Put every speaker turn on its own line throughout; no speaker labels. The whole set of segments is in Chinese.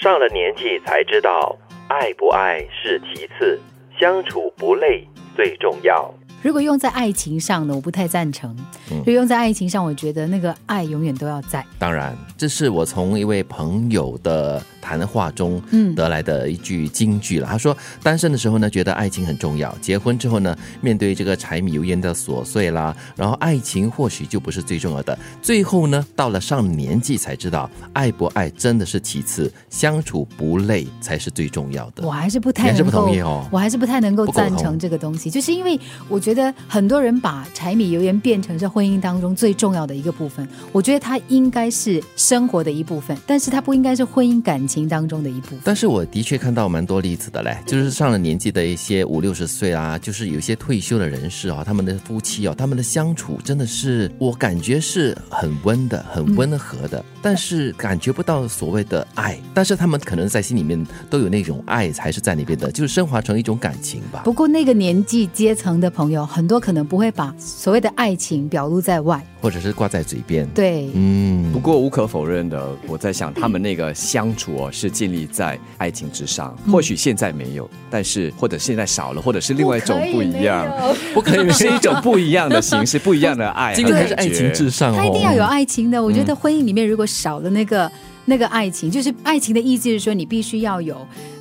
上了年纪才知道，爱不爱是其次，相处不累最重要。
如果用在爱情上呢，我不太赞成。
嗯
如果用在爱情上，我觉得那个爱永远都要在。
当然，这是我从一位朋友的谈话中
嗯
得来的一句金句了。他说，单身的时候呢，觉得爱情很重要；结婚之后呢，面对这个柴米油盐的琐碎啦，然后爱情或许就不是最重要的。最后呢，到了上年纪才知道，爱不爱真的是其次，相处不累才是最重要的
我。还是不
你
太
还是
能
不
够，
同意哦
我还是不太能够
不沟
赞
通
成这个东西，就是因为我觉得很多人把柴米油盐变成是婚姻当中最重要的一个部分。我觉得它应该是生活的一部分，但是它不应该是婚姻感情当中的一部分。
但是我的确看到蛮多例子的嘞，就是上了年纪的一些五六十岁啊，就是有一些退休的人士啊，他们的夫妻哦，他们的相处真的是我感觉是很温的、很温和的，
嗯
但是感觉不到所谓的爱，但是他们可能在心里面都有那种爱，还是在那边的，就是升华成一种感情吧。
不过那个年纪阶层的朋友，很多可能不会把所谓的爱情表露在外。
或者是挂在嘴边。，
对，
嗯，
不过无可否认的，我在想他们那个相处哦，是建立在爱情之上。
嗯
或许现在没有，但是或者现在少了，或者是另外一种不一样，
不可以
是一种不一样的形式，不一样的 爱。
今天还
哎感
是
觉
爱情至上哦，嗯
他一定要有爱情的。我觉得婚姻里面如果少了那个那个爱情，就是爱情的意思是说，你必须要有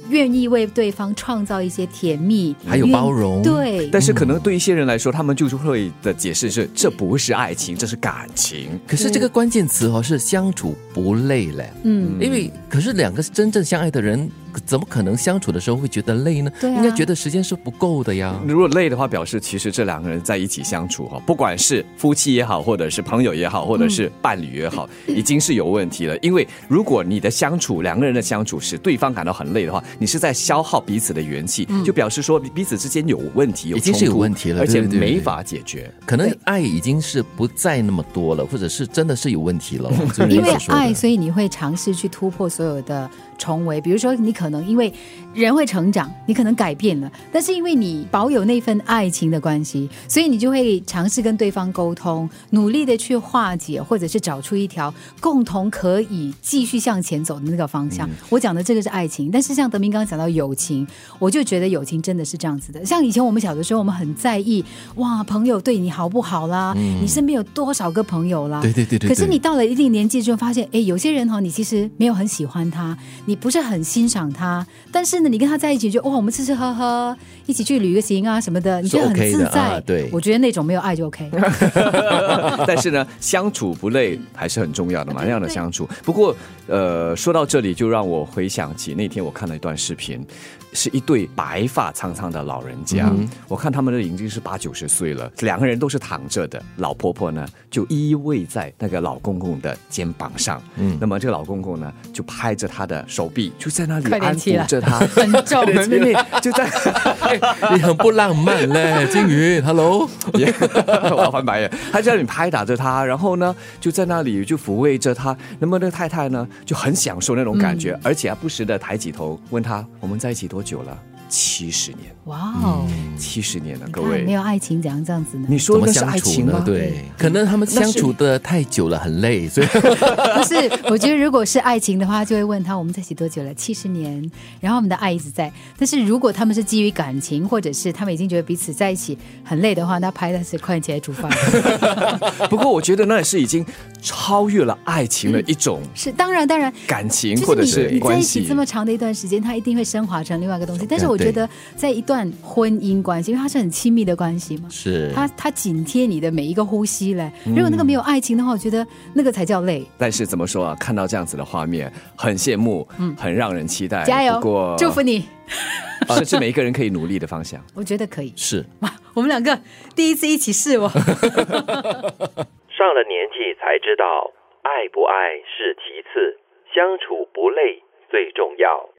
愿意为对方创造一些甜蜜，
还有
愿
包容
对，
但是可能对一些人来说，他们就是会的解释是，这不是爱情，这是感情。
可是这个关键词哦是相处不累嘞。
嗯，
因为可是两个真正相爱的人，怎么可能相处的时候会觉得累呢？
对啊
应该觉得时间是不够的呀。
如果累的话，表示其实这两个人在一起相处哈，不管是夫妻也好，或者是朋友也好，或者是伴侣也好，
嗯
已经是有问题了。因为如果你的相处，两个人的相处使对方感到很累的话，你是在消耗彼此的元气，就表示说彼此之间有问题，
嗯
有
已经是
冲突
有问题了
而且
对对对
没法解决。
可能爱已经是不再那么多了，或者是真的是有问题了。 就是你
因为
所说的
爱，所以你会尝试去突破所有的重围。比如说，你可能因为人会成长，你可能改变了，但是因为你保有那份爱情的关系，所以你就会尝试跟对方沟通，努力的去化解，或者是找出一条共同可以继续向前走的那个方
嗯
向。我讲的这个是爱情，但是像德明刚刚讲到友情，我就觉得友情真的是这样子的。像以前我们小的时候，我们很在意哇，朋友对你好不好啦，
嗯
你身边有多少个朋友啦，
对对对对对
可是你到了一定年纪之后，发现哎，有些人哈、哦，你其实没有很喜欢他，你不是很欣赏他，但是呢，你跟他在一起就哇，我们吃吃喝喝，一起去旅个行啊什么的，你觉得很
OK 的
自在。
啊对
我觉得那种没有爱就 OK。
但是呢，相处不累还是很重要的嘛，
对
那样的相处。不过，呃，说到这里，就让我回想起那天我看了一段视频，是一对白发苍苍的老人家，
嗯
我看他们的已经是八九十岁了，两个人都是躺着的，老婆婆呢就依偎在那个老公公的肩膀上，嗯，那么这个老公公呢就拍着他的手臂，就在那里
快点
安
起来
抚着他，
很重
对对对就在。
你很不浪漫 嘞，金鱼，Hello，
也 我要翻白眼。他就在那里拍打着他，然后呢，就在那里就抚慰着他。那么那个太太呢，就很享受那种感
嗯
觉，而且还不时的抬起头问他：“我们在一起多久了？”七十年，
哇哦，
七十年了，
你
嗯各
看没
位。
有爱情怎样这样子呢？
你
怎
说
么
那是
相
爱
处
情
呢
吗？？
嗯
对，可能他们相处的太久了，很累， 所以
不是，我觉得如果是爱情的话，就会问他我们在一起多久了？七十年，然后我们的爱一直在。但是如果他们是基于感情，或者是他们已经觉得彼此在一起很累的话，那拍的是快起来煮 饭。
不过我觉得那也是已经超越了爱情的一种
是，当然，当然。
感情
就
或
是
者
你
是
你在
关
一起
系
这。么长的一段时间，它一定会升华成另外一个东西。但是
对
我觉得，在一段婚姻关系，因为它是很亲密的关系嘛，
是
它它紧贴你的每一个呼吸嘞。如果那个没有爱情的话，我觉得那个才叫累。
但是怎么说啊？看到这样子的画面，很羡慕，很让人期待。
嗯加
哎不过
油，祝福 你！
呃这是每一个人可以努力的方向。
我觉得可以。
是
哇，我们两个第一次一起试我。
上了年纪才知道，爱不爱是其次，相处不累最重要。